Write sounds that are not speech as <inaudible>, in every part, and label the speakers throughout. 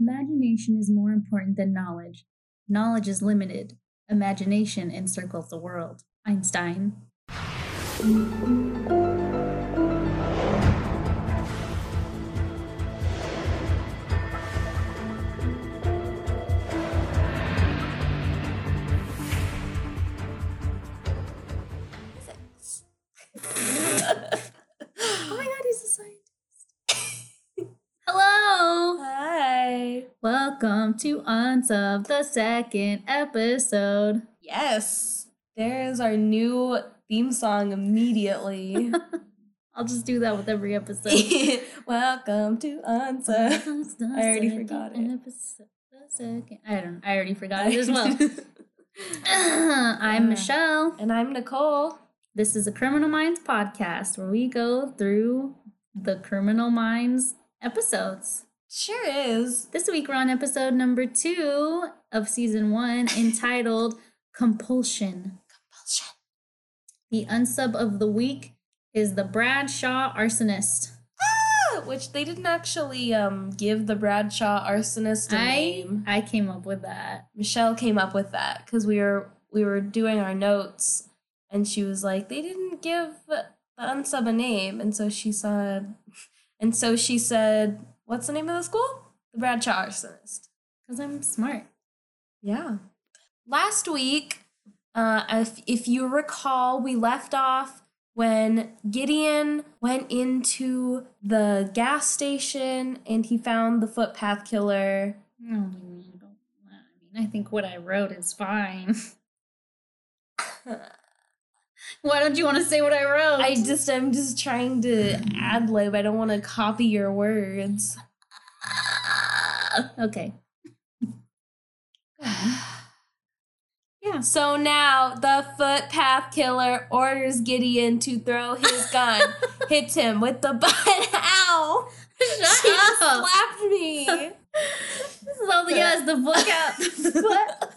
Speaker 1: Imagination is more important than knowledge. Knowledge is limited. Imagination encircles the world. Einstein. Oh
Speaker 2: Six.
Speaker 1: Oh my god, he's a scientist. <laughs> Hello!
Speaker 2: Hi.
Speaker 1: Welcome to Unsolved, the second episode.
Speaker 2: Yes. There is our new theme
Speaker 1: <laughs>
Speaker 2: song immediately. <laughs>
Speaker 1: I'll just do that with every episode.
Speaker 2: Welcome to
Speaker 1: <laughs>
Speaker 2: Answer.
Speaker 1: Unsolved, the
Speaker 2: I already
Speaker 1: second
Speaker 2: forgot it.
Speaker 1: episode, the second- I don't. I already forgot it as
Speaker 2: <laughs>
Speaker 1: well. <clears throat> I'm
Speaker 2: Yeah.
Speaker 1: Michelle.
Speaker 2: and I'm Nicole.
Speaker 1: This is a Criminal Minds podcast where we go through the Criminal Minds episodes.
Speaker 2: Sure is.
Speaker 1: This week we're on episode number two of season
Speaker 2: <laughs>
Speaker 1: one entitled Compulsion.
Speaker 2: Bullshit.
Speaker 1: The unsub of the week is the Bradshaw arsonist.
Speaker 2: Ah, Which they didn't actually um, give the Bradshaw arsonist a
Speaker 1: I
Speaker 2: name.
Speaker 1: I came up with that.
Speaker 2: Michelle came up with that because we were we were doing our notes, and she was like, they didn't give the unsub a name, and so she said, <laughs> and so she said, what's the name of the school? The Bradshaw Arsonist.
Speaker 1: Because I'm smart.
Speaker 2: Yeah. Last week, uh, if if you recall, we left off when Gideon went into the gas station and he found the footpath killer.
Speaker 1: I don't mean, I don't- I mean, I think what I wrote is fine. <laughs> Why don't you want to say what I wrote?
Speaker 2: I just I'm just trying to ad lib. I don't want to copy your words.
Speaker 1: okay. Yeah.
Speaker 2: So now the footpath killer orders Gideon to
Speaker 1: <laughs>
Speaker 2: throw his gun, hits him with the butt. <laughs> Ow!
Speaker 1: <laughs>
Speaker 2: She just slapped me.
Speaker 1: So yes, the book out <laughs> the foot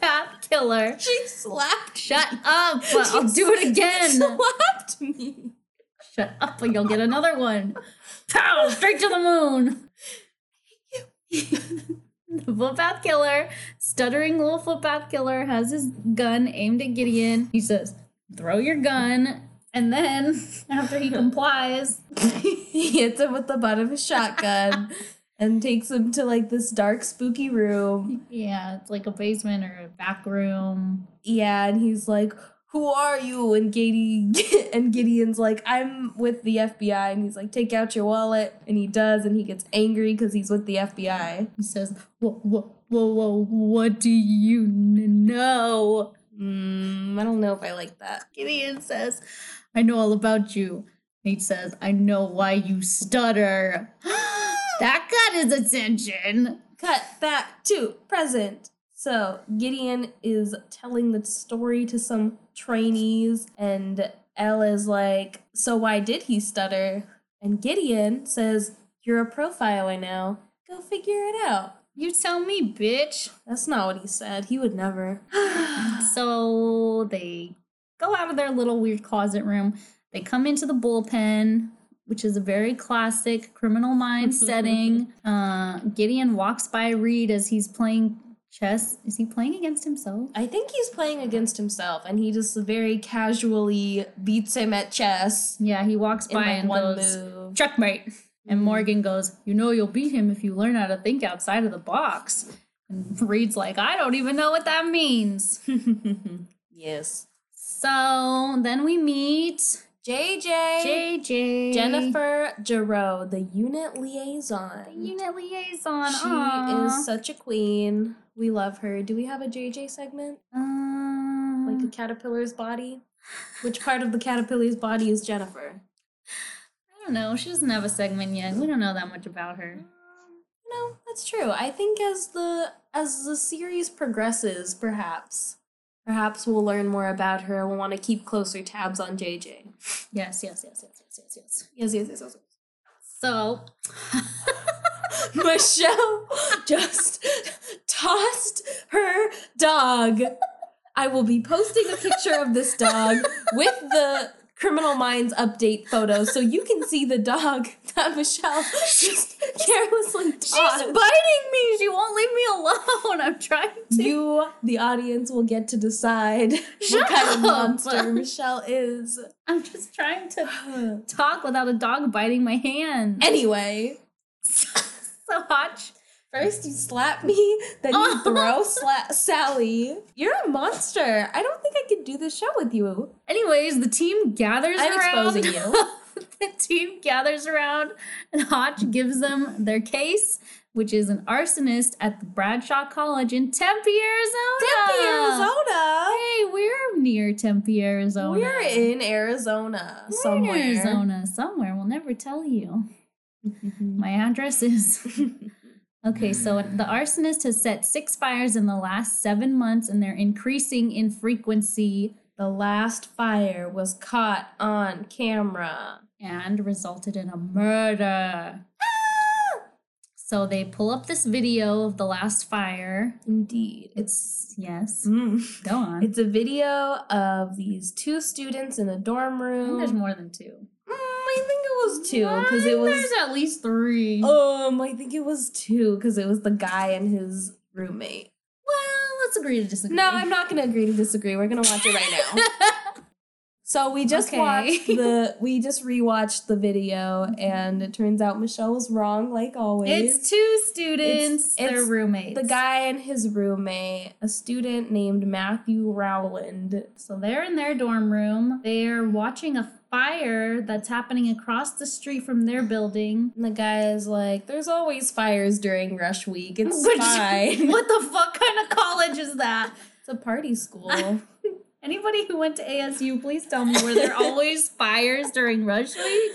Speaker 1: path killer.
Speaker 2: She slapped.
Speaker 1: Shut <laughs> up! I'll do it again.
Speaker 2: <laughs> Slapped me.
Speaker 1: Shut up, or you'll get another one. Pow! Straight to the moon. the footpath killer, stuttering little footpath killer, has his gun aimed at Gideon. He says, "Throw your gun," and then <laughs> after he complies,
Speaker 2: <laughs> he hits him with the butt of his
Speaker 1: <laughs>
Speaker 2: shotgun and takes him to like this dark, spooky room.
Speaker 1: yeah, it's like a basement or a back room.
Speaker 2: Yeah, and he's like, "Who are you?" And Gady <laughs> and Gideon's like, "I'm with the FBI." And he's like, "Take out your wallet." And he does, and he gets angry because he's with the FBI.
Speaker 1: He says, "Whoa, whoa, whoa, whoa! What do you kn- know?"
Speaker 2: Mm, I don't know if I like that.
Speaker 1: Gideon says, I know all about you. Nate says, I know why you stutter. <gasps> that got his attention.
Speaker 2: Cut back to present. So Gideon is telling the story to some trainees, and Elle is like, So why did he stutter? And Gideon says, You're a profiler now. Go figure it out.
Speaker 1: You tell me, <sighs> bitch.
Speaker 2: That's not what he said. He would never.
Speaker 1: So they go out of their little weird closet room. They come into the bullpen, which is a very classic criminal <laughs> mind setting. Uh, Gideon walks by Reed as he's playing chess. Is he playing against himself?
Speaker 2: I think he's playing against himself, and he just very casually beats him at chess
Speaker 1: Yeah, he walks
Speaker 2: in
Speaker 1: by
Speaker 2: like
Speaker 1: and
Speaker 2: one
Speaker 1: goes,
Speaker 2: move.
Speaker 1: checkmate.
Speaker 2: Mm.
Speaker 1: And Morgan goes, You know, you'll beat him if you learn how to think outside of the box. And Reed's like, I don't even know what that
Speaker 2: <laughs>
Speaker 1: means.
Speaker 2: yes.
Speaker 1: So then we meet
Speaker 2: JJ.
Speaker 1: JJ.
Speaker 2: Jennifer Giroux, the unit liaison.
Speaker 1: the unit liaison.
Speaker 2: She
Speaker 1: Aw.
Speaker 2: is such a queen. We love her. Do we have a JJ segment?
Speaker 1: Um,
Speaker 2: Like a caterpillar's body? Which part of the caterpillar's body is Jennifer?
Speaker 1: I don't know. She doesn't have a segment yet. We don't know that much about her.
Speaker 2: No, that's true. I think as the as the series progresses, perhaps perhaps we'll learn more about her and we'll want to keep closer tabs on JJ.
Speaker 1: Yes, yes, yes, yes, yes, yes, yes.
Speaker 2: Yes, yes, yes, <laughs> yes.
Speaker 1: So
Speaker 2: yes. Michelle just <laughs> tossed her dog. I will be posting a picture of this dog with the Criminal Minds update photo so <laughs> you can see the dog that Michelle just carelessly tossed.
Speaker 1: biting me. <laughs> I'm trying to.
Speaker 2: You, the audience, will get to decide <laughs>
Speaker 1: Shut
Speaker 2: what kind of
Speaker 1: up.
Speaker 2: monster Michelle is.
Speaker 1: I'm just trying to talk without a dog biting my hand. <laughs>
Speaker 2: anyway,
Speaker 1: so hot.
Speaker 2: first you slap me, then
Speaker 1: <laughs>
Speaker 2: you throw sla- Sally. You're a monster. I don't think I could do this show with you.
Speaker 1: Anyways, the team gathers
Speaker 2: I'm
Speaker 1: around.
Speaker 2: exposing you.
Speaker 1: <laughs> the team gathers around, and Hotch gives them their case, which is an arsonist at the Bradshaw College in Tempe, Arizona.
Speaker 2: Tempe, Arizona.
Speaker 1: Hey, we're near Tempe, Arizona.
Speaker 2: We're in Arizona
Speaker 1: We're in
Speaker 2: somewhere.
Speaker 1: Arizona, somewhere. We'll never tell you.
Speaker 2: Mm-hmm.
Speaker 1: My address is.
Speaker 2: <laughs>
Speaker 1: Okay, so the arsonist has set six fires in the last seven months, and they're increasing in frequency
Speaker 2: the last fire was caught on camera.
Speaker 1: and resulted in a murder. Ah! So they pull up this video of the last fire.
Speaker 2: Indeed.
Speaker 1: It's
Speaker 2: It's
Speaker 1: yes.
Speaker 2: mm.
Speaker 1: Go on.
Speaker 2: it's a video of these two students in a dorm
Speaker 1: I think
Speaker 2: room.
Speaker 1: there's more than two.
Speaker 2: Mm, I think it was two because
Speaker 1: I
Speaker 2: it
Speaker 1: think
Speaker 2: was
Speaker 1: there's at least three.
Speaker 2: Um, I think it was two because it was the guy and his roommate.
Speaker 1: Well, let's agree to disagree.
Speaker 2: No, I'm not gonna agree to disagree. We're gonna watch it right now. <laughs> so we just
Speaker 1: Okay.
Speaker 2: watched the we just rewatched the video, and it turns out Michelle was wrong, like always.
Speaker 1: it's two students.
Speaker 2: It's-
Speaker 1: they're
Speaker 2: it's
Speaker 1: roommates.
Speaker 2: the guy and his roommate, a student named Matthew Rowland.
Speaker 1: So they're in their dorm room. They're watching a fire that's happening across the street from their building.
Speaker 2: And the guy is like, "There's always fires during rush week. <laughs> It's
Speaker 1: Which- <laughs>
Speaker 2: fine.
Speaker 1: what the fuck kind of college is that?
Speaker 2: it's a party <laughs> school."
Speaker 1: Anybody who went to ASU, please tell me were
Speaker 2: <laughs>
Speaker 1: there always fires during rush week?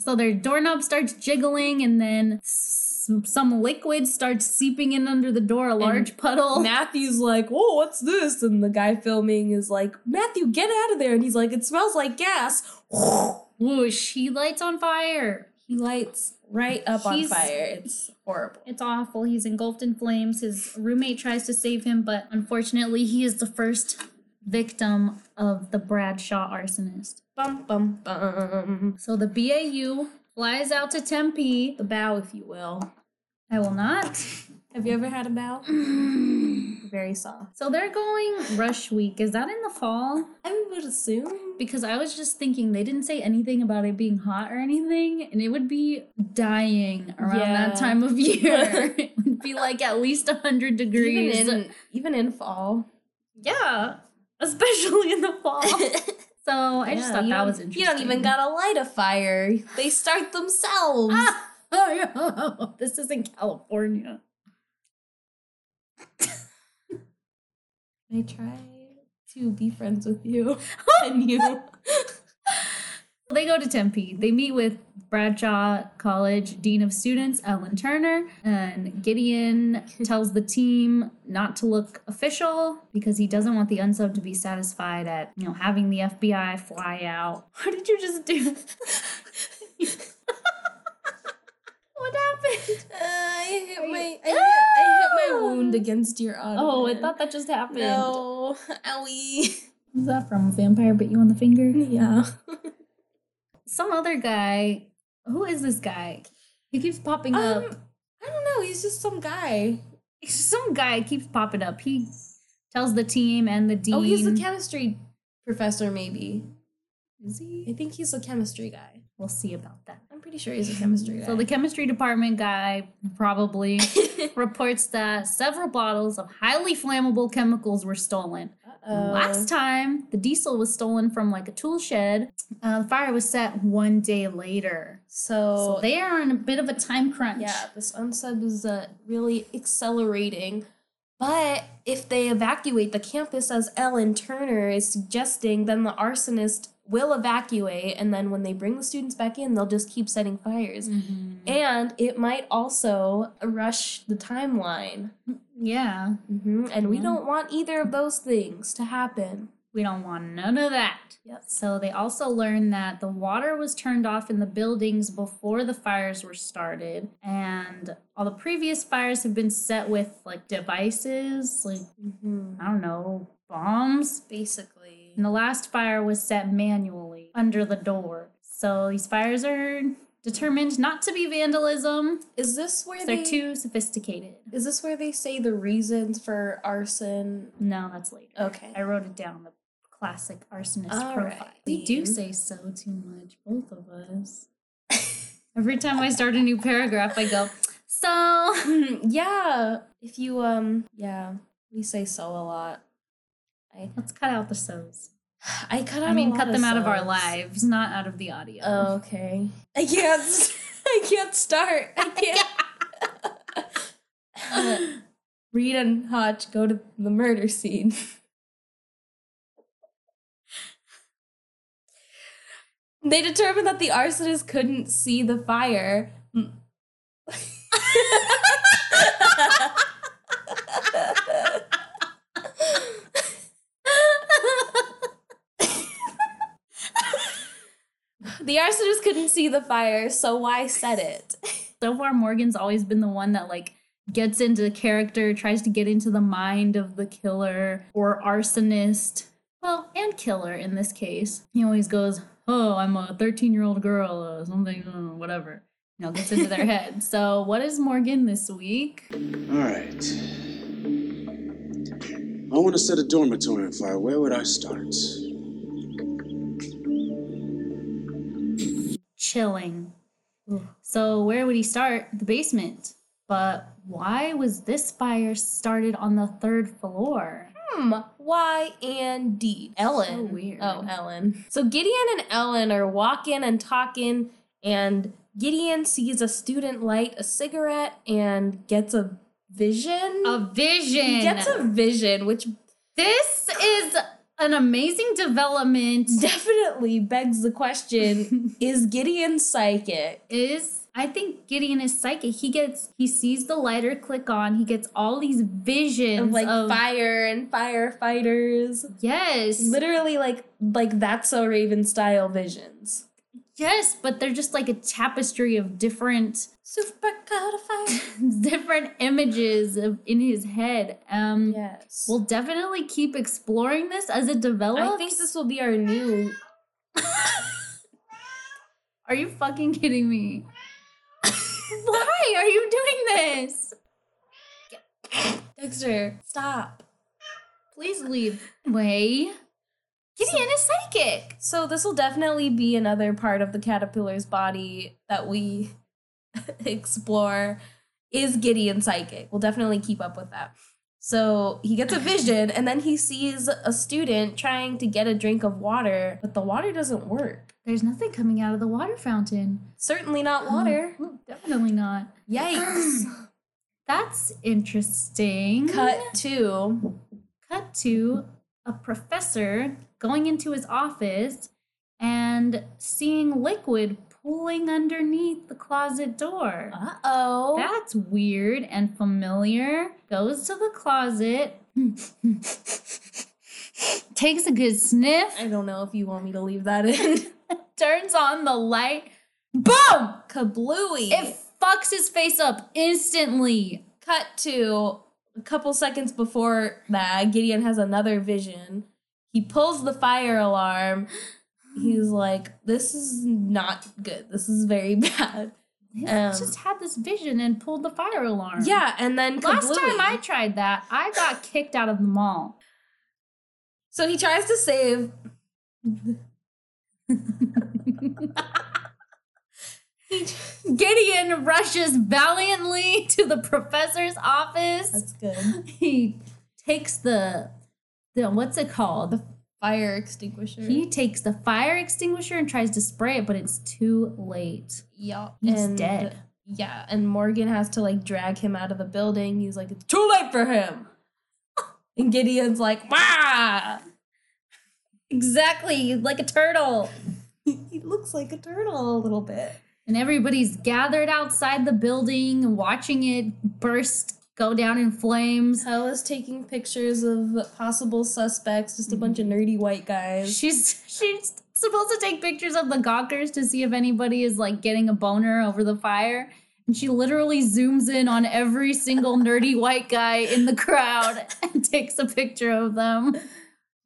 Speaker 1: So their doorknob starts jiggling, and then s- some liquid starts seeping in under the door, a large puddle.
Speaker 2: Matthew's like, "Oh, what's this?" And the guy filming is like, "Matthew, get out of there!" And he's like, "It smells like <laughs> gas."
Speaker 1: Whoosh! He lights on fire.
Speaker 2: He lights right up
Speaker 1: He's-
Speaker 2: on fire. It's horrible.
Speaker 1: It's awful. He's engulfed in flames. His roommate tries to save him, but unfortunately, he is the first victim of the Bradshaw arsonist.
Speaker 2: Bum bum bum.
Speaker 1: So the BAU flies out to Tempe.
Speaker 2: The bow, if you will.
Speaker 1: I will not. <clears throat>
Speaker 2: Have you ever had a bow? Very soft.
Speaker 1: So they're going rush week. Is that in the fall?
Speaker 2: I would assume.
Speaker 1: Because I was just thinking they didn't say anything about it being hot or anything, and it would be dying around
Speaker 2: Yeah.
Speaker 1: that time of year. <laughs> it would be like at least 100 degrees.
Speaker 2: Even in even in <laughs> fall.
Speaker 1: yeah, especially in the fall.
Speaker 2: <laughs>
Speaker 1: So I just
Speaker 2: Yeah,
Speaker 1: thought
Speaker 2: you
Speaker 1: that
Speaker 2: don't-
Speaker 1: was interesting.
Speaker 2: You don't
Speaker 1: <laughs>
Speaker 2: even gotta light a fire. They start themselves.
Speaker 1: Ah! Oh, no. This isn't <laughs> California.
Speaker 2: I try to be friends with <laughs> you and you.
Speaker 1: <laughs> They go to Tempe. They meet with Bradshaw College Dean of Students Ellen Turner, and <laughs> Gideon tells the team not to look official because he doesn't want the unsub to be satisfied at you know having the FBI fly out. <laughs> What did you just do? <laughs> what happened?
Speaker 2: Uh, I hit
Speaker 1: Are you-
Speaker 2: my I hit, I hit my
Speaker 1: Ah!
Speaker 2: wound against your arm.
Speaker 1: Oh, I thought that just happened.
Speaker 2: no. <laughs> Owie.
Speaker 1: Who's that from? Vampire bit you on the finger?
Speaker 2: Yeah. <laughs>
Speaker 1: Some other guy. Who is this guy? He keeps popping up.
Speaker 2: Um, I don't know. He's just some guy.
Speaker 1: some guy keeps popping up. He tells the team and the dean.
Speaker 2: Oh, he's a chemistry professor. Maybe
Speaker 1: Is
Speaker 2: I
Speaker 1: he?
Speaker 2: think he's a chemistry guy.
Speaker 1: We'll see about that.
Speaker 2: I'm pretty sure he's a chemistry guy. <laughs>
Speaker 1: So the chemistry department guy probably reports that several bottles of highly flammable chemicals were stolen.
Speaker 2: Uh-oh.
Speaker 1: Last time, the diesel was stolen from like a tool shed. Uh, the fire was set one day later.
Speaker 2: So,
Speaker 1: So they are in a bit of a time crunch.
Speaker 2: yeah, this unsub is uh, really accelerating. But if they evacuate the campus as Ellen Turner is suggesting, then the arsonist will evacuate, and then when they bring the students back in, they'll just keep setting fires.
Speaker 1: Mhm.
Speaker 2: And it might also rush the timeline.
Speaker 1: Yeah.
Speaker 2: hmm And we
Speaker 1: Yeah.
Speaker 2: don't want either of those things to happen.
Speaker 1: We don't want none of that.
Speaker 2: Yep.
Speaker 1: So they also learned that the water was turned off in the buildings before the fires were started, and all the previous fires have been set with like devices, like
Speaker 2: hmm
Speaker 1: I don't know, bombs.
Speaker 2: Basically.
Speaker 1: And the last fire was set manually under the door. So these fires are determined not to be vandalism.
Speaker 2: Is this where
Speaker 1: They're
Speaker 2: they
Speaker 1: too sophisticated.
Speaker 2: Is this where they say the reasons for arson?
Speaker 1: No, that's later.
Speaker 2: Okay.
Speaker 1: I wrote it down. The classic arsonist
Speaker 2: All
Speaker 1: profile.
Speaker 2: right.
Speaker 1: We do say so too much, both of
Speaker 2: <laughs>
Speaker 1: us. Every time I start a new paragraph, I go, so.
Speaker 2: <laughs> yeah. If you um yeah, we say so a lot. I <sighs>
Speaker 1: Let's cut out the so's.
Speaker 2: I cut out
Speaker 1: I mean,
Speaker 2: a
Speaker 1: cut
Speaker 2: lot
Speaker 1: them out of our
Speaker 2: so's.
Speaker 1: lives, not out of the audio.
Speaker 2: Oh, okay. <laughs> I can't <laughs> I can't start. I can't. <laughs> Reed and Hotch go to the murder scene. <laughs> They determined that the arsonist couldn't see the fire. <laughs> Mm. the arsonist couldn't see the fire, so why set it?
Speaker 1: so far, Morgan's always been the one that like gets into the character, tries to get into the mind of the killer or arsonist. Well, and killer in this case. He always goes, "Oh, I'm a 13 year old girl, uh, something, uh, whatever." You know, gets into
Speaker 2: <laughs>
Speaker 1: their head. So, what is Morgan this week?
Speaker 3: All right. I want to set a dormitory on fire. Where would I start?
Speaker 1: chilling. So where would he start? The basement. But why was this fire started on the third floor?
Speaker 2: Hmm, why and D? Ellen.
Speaker 1: So weird.
Speaker 2: Oh, Ellen. So Gideon and Ellen are walking and talking, and Gideon sees a student light a cigarette and gets a vision.
Speaker 1: A vision.
Speaker 2: He gets a vision, which
Speaker 1: this is an amazing development.
Speaker 2: definitely begs
Speaker 1: <laughs>
Speaker 2: the question is Gideon psychic?
Speaker 1: Is I think Gideon is psychic. He gets he sees the lighter click on. He gets all these visions
Speaker 2: Of like
Speaker 1: of
Speaker 2: fire and firefighters.
Speaker 1: yes,
Speaker 2: Literally, like like that's so Raven style visions.
Speaker 1: yes, but they're just like a tapestry of different <laughs>
Speaker 2: Super codified.
Speaker 1: different images of, in his head. Um,
Speaker 2: yes.
Speaker 1: We'll definitely keep exploring this as it develops.
Speaker 2: I think this will be our new.
Speaker 1: Are you fucking kidding me? Why are you doing this?
Speaker 2: Dexter, stop.
Speaker 1: Please leave. Way. Gideon is psychic.
Speaker 2: So, this will definitely be another part of the caterpillar's body that we <laughs> explore. Is Gideon psychic? We'll definitely keep up with that. So, he gets a vision and then he sees a student trying to get a drink of water, but the water doesn't work.
Speaker 1: There's nothing coming out of the water fountain.
Speaker 2: Certainly
Speaker 1: <gasps>
Speaker 2: not water.
Speaker 1: Oh, definitely not.
Speaker 2: Yikes.
Speaker 1: That's interesting.
Speaker 2: Cut to.
Speaker 1: Cut to a professor going into his office and seeing liquid pooling underneath the closet door.
Speaker 2: Uh oh.
Speaker 1: That's weird and familiar. Goes to the closet, <laughs> takes a good sniff,
Speaker 2: I don't know if you want me to leave that in. <laughs>
Speaker 1: turns on the light. Boom!
Speaker 2: Kablooey.
Speaker 1: It fucks his face up instantly.
Speaker 2: cut to a couple seconds before that, Gideon has another vision. He pulls the fire alarm. He's like, this is not good. This is very <laughs> bad.
Speaker 1: He
Speaker 2: Um,
Speaker 1: just had this vision and pulled the fire alarm.
Speaker 2: Yeah, and then
Speaker 1: Last
Speaker 2: kablooey.
Speaker 1: time I tried that, I got kicked out of the mall.
Speaker 2: So he tries to save.
Speaker 1: Gideon rushes valiantly <laughs> to the professor's office.
Speaker 2: That's good.
Speaker 1: He takes the, the what's it called? The
Speaker 2: Fire extinguisher.
Speaker 1: He takes the fire extinguisher and tries to spray it, but it's too late.
Speaker 2: yeah,
Speaker 1: He's dead.
Speaker 2: Yeah, and Morgan has to like drag him out of the building. He's like, it's too late for him. <laughs> and Gideon's like, ah!
Speaker 1: Exactly, like a turtle.
Speaker 2: <laughs> he looks like a turtle a little bit.
Speaker 1: And everybody's gathered outside the building, watching it burst, go down in flames.
Speaker 2: Hell is taking pictures of possible suspects, just a bunch of nerdy white guys.
Speaker 1: She's she's supposed to take pictures of the gawkers to see if anybody is like getting a boner over the fire. And she literally zooms in on every single nerdy white guy in the crowd <laughs> and takes a picture of them.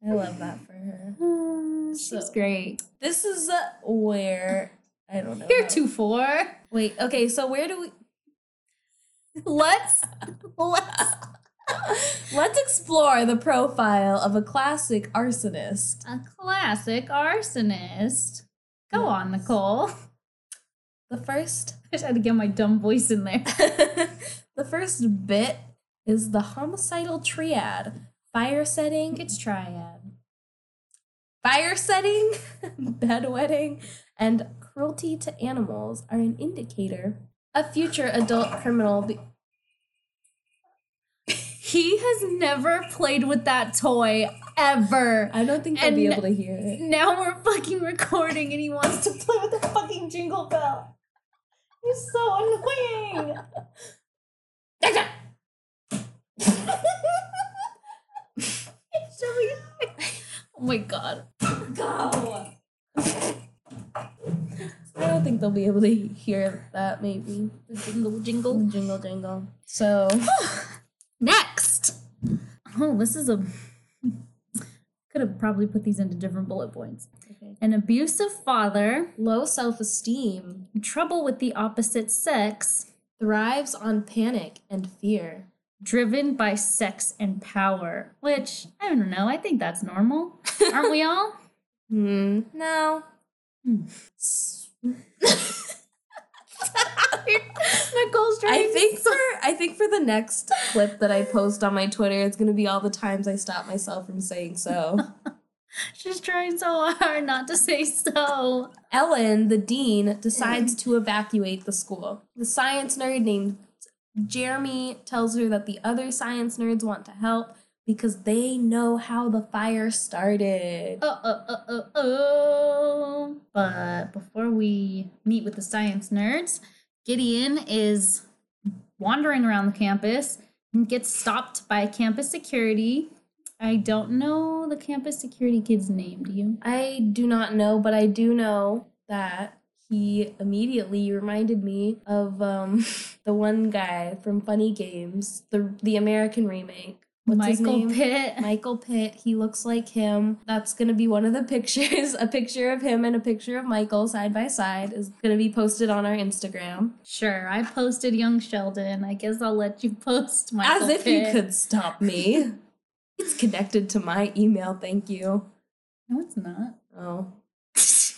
Speaker 2: I love that for her.
Speaker 1: <sighs> She's
Speaker 2: So-
Speaker 1: great.
Speaker 2: This is uh, where I don't know. how-
Speaker 1: Heretofore.
Speaker 2: Wait, okay, so where do we
Speaker 1: <laughs> Let's let's
Speaker 2: Let's explore the profile of a classic arsonist.
Speaker 1: a classic arsonist. Go on,
Speaker 2: Yes.
Speaker 1: Nicole. <laughs>
Speaker 2: The first
Speaker 1: I just had to get my dumb voice in there.
Speaker 2: <laughs> the first bit is the homicidal triad. Fire setting,
Speaker 1: It's <laughs> triad.
Speaker 2: fire setting, <laughs> bedwetting, and cruelty to animals are an indicator a future adult criminal. Be-
Speaker 1: He has never played with that toy ever.
Speaker 2: I don't think they'll be
Speaker 1: And-
Speaker 2: able to hear it.
Speaker 1: Now we're fucking recording and he wants to play with the fucking jingle bell. He's so annoying. oh my god.
Speaker 2: I don't think they'll be able to hear that. Maybe
Speaker 1: The jingle jingle.
Speaker 2: jingle jingle. So
Speaker 1: Next. Oh, this is a. Could have probably put these into different bullet points.
Speaker 2: Okay.
Speaker 1: An abusive father,
Speaker 2: low self esteem
Speaker 1: trouble with the opposite sex,
Speaker 2: thrives on panic and fear.
Speaker 1: driven by sex and power, which I don't know. I think that's
Speaker 2: <laughs>
Speaker 1: normal. Aren't we all?
Speaker 2: Hmm. No.
Speaker 1: Hmm. Nicole's
Speaker 2: I
Speaker 1: trying to
Speaker 2: think for I think for the next clip that I post on my Twitter, it's gonna be all the times I stop myself from saying so.
Speaker 1: She's trying so hard not to say so.
Speaker 2: Ellen, the dean, decides to evacuate the school. The science nerd named Jeremy tells her that the other science nerds want to help because they know how the fire started.
Speaker 1: Oh, oh, oh, oh, oh. But before we meet with the science nerds, Gideon is wandering around the campus and gets stopped by campus security. I don't know the campus security kid's name, do you?
Speaker 2: I do not know, but I do know that he immediately reminded me of um, <laughs> the one guy from Funny Games, the the American remake. What's
Speaker 1: Michael
Speaker 2: his name?
Speaker 1: Pitt.
Speaker 2: Michael Pitt. He looks like him. That's gonna be one of the pictures. <laughs> A picture of him and a picture of Michael side by side is gonna be posted on our Instagram.
Speaker 1: sure, I posted Young Sheldon. I guess I'll let you <laughs> post Michael
Speaker 2: As if
Speaker 1: Pitt.
Speaker 2: you could
Speaker 1: <laughs>
Speaker 2: stop me. it's connected to my email. Thank you.
Speaker 1: No, it's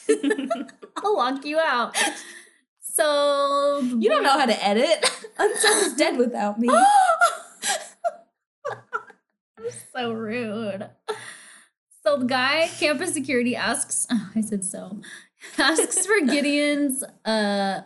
Speaker 2: <laughs>
Speaker 1: not. <laughs> I'll
Speaker 2: Oh,
Speaker 1: lock you out. So
Speaker 2: you don't know how to edit. <laughs> Unsub is dead without
Speaker 1: <laughs>
Speaker 2: me.
Speaker 1: so rude. So the guy, campus security, asks. <laughs> I said so. Asks for Gideon's uh,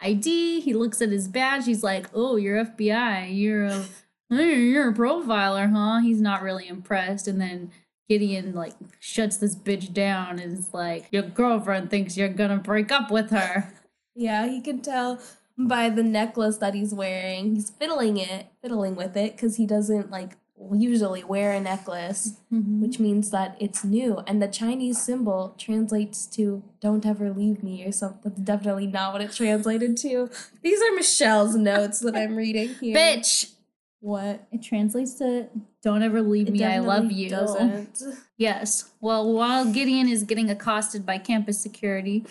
Speaker 1: ID. He looks at his badge. He's like, "Oh, you're FBI. You're a mm, you're a profiler, huh?" He's not really impressed. And then Gideon like shuts this bitch down and is like, "Your girlfriend thinks you're gonna break up with her."
Speaker 2: Yeah, he can tell by the necklace that he's wearing. He's fiddling it, fiddling with it, because he doesn't like usually wear a necklace,
Speaker 1: Mm-hmm.
Speaker 2: which means that it's new. And the Chinese symbol translates to "Don't ever leave me" or something. That's definitely not what it translated to. These are Michelle's notes that I'm reading here.
Speaker 1: Bitch.
Speaker 2: what?
Speaker 1: It translates to "Don't ever leave
Speaker 2: It
Speaker 1: me. I love
Speaker 2: definitely
Speaker 1: you." <laughs>
Speaker 2: doesn't.
Speaker 1: Yes. Well, while Gideon is getting accosted by campus security,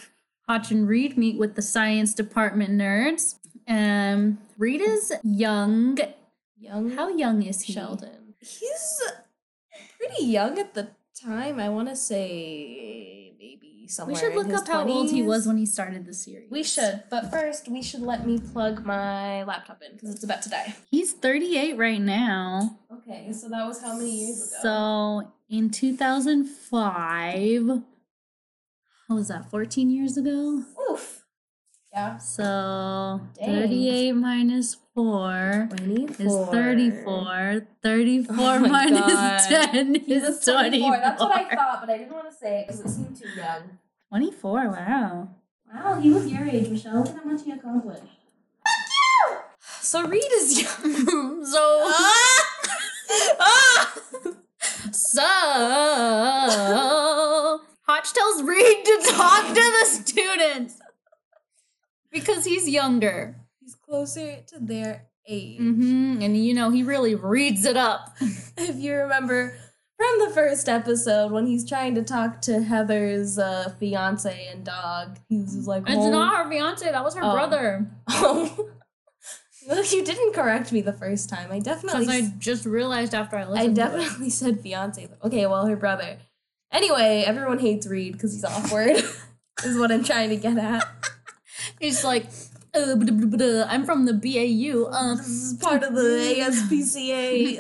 Speaker 1: Hotch and Reed meet with the science department nerds. Um, Reed is young.
Speaker 2: Young
Speaker 1: How young is he?
Speaker 2: Sheldon. He's pretty young at the time. I want to say maybe somewhere.
Speaker 1: We should
Speaker 2: in
Speaker 1: look
Speaker 2: his
Speaker 1: up how old he
Speaker 2: 20s.
Speaker 1: was when he started the series.
Speaker 2: We should, but first we should let me plug my laptop in because it's about to die.
Speaker 1: He's 38 right now.
Speaker 2: Okay, so that was how many years ago?
Speaker 1: So in 2005, how was that? 14 years ago.
Speaker 2: So oof. Yeah.
Speaker 1: So
Speaker 2: Dang.
Speaker 1: 38 minus 4
Speaker 2: 24.
Speaker 1: is 34. 34
Speaker 2: Oh my
Speaker 1: minus <laughs>
Speaker 2: God.
Speaker 1: 10
Speaker 2: He's
Speaker 1: is
Speaker 2: 24.
Speaker 1: 24.
Speaker 2: That's what I thought, but I didn't want to say it because it seemed too young. <laughs>
Speaker 1: 24, wow.
Speaker 2: Wow, he was your age, Michelle. Look at how much he accomplished. Fuck you! So Reed is young.
Speaker 1: <laughs> So, <laughs>
Speaker 2: ah!
Speaker 1: so, Hotch tells Reed to talk to the students because he's younger.
Speaker 2: He's closer to their age.
Speaker 1: Mm-hmm. hmm And you know, he really reads it up.
Speaker 2: if you remember from the first episode when he's trying to talk to Heather's uh, fiance and dog. He's like,
Speaker 1: It's
Speaker 2: "Hol-
Speaker 1: not her fiance. That was her
Speaker 2: Oh.
Speaker 1: brother.
Speaker 2: <laughs> Oh. no, you didn't correct me the first time. I definitely,
Speaker 1: Because I
Speaker 2: I,
Speaker 1: just realized after I
Speaker 2: I
Speaker 1: listened. To it.
Speaker 2: definitely <laughs> said fiance. Okay, well, her brother. Anyway, everyone hates Reed because he's awkward. <laughs> is what I'm trying to get at. <laughs>
Speaker 1: He's like, uh, blah, blah, blah, I'm from the BAU. Um, <laughs>
Speaker 2: This is part of the ASPCA.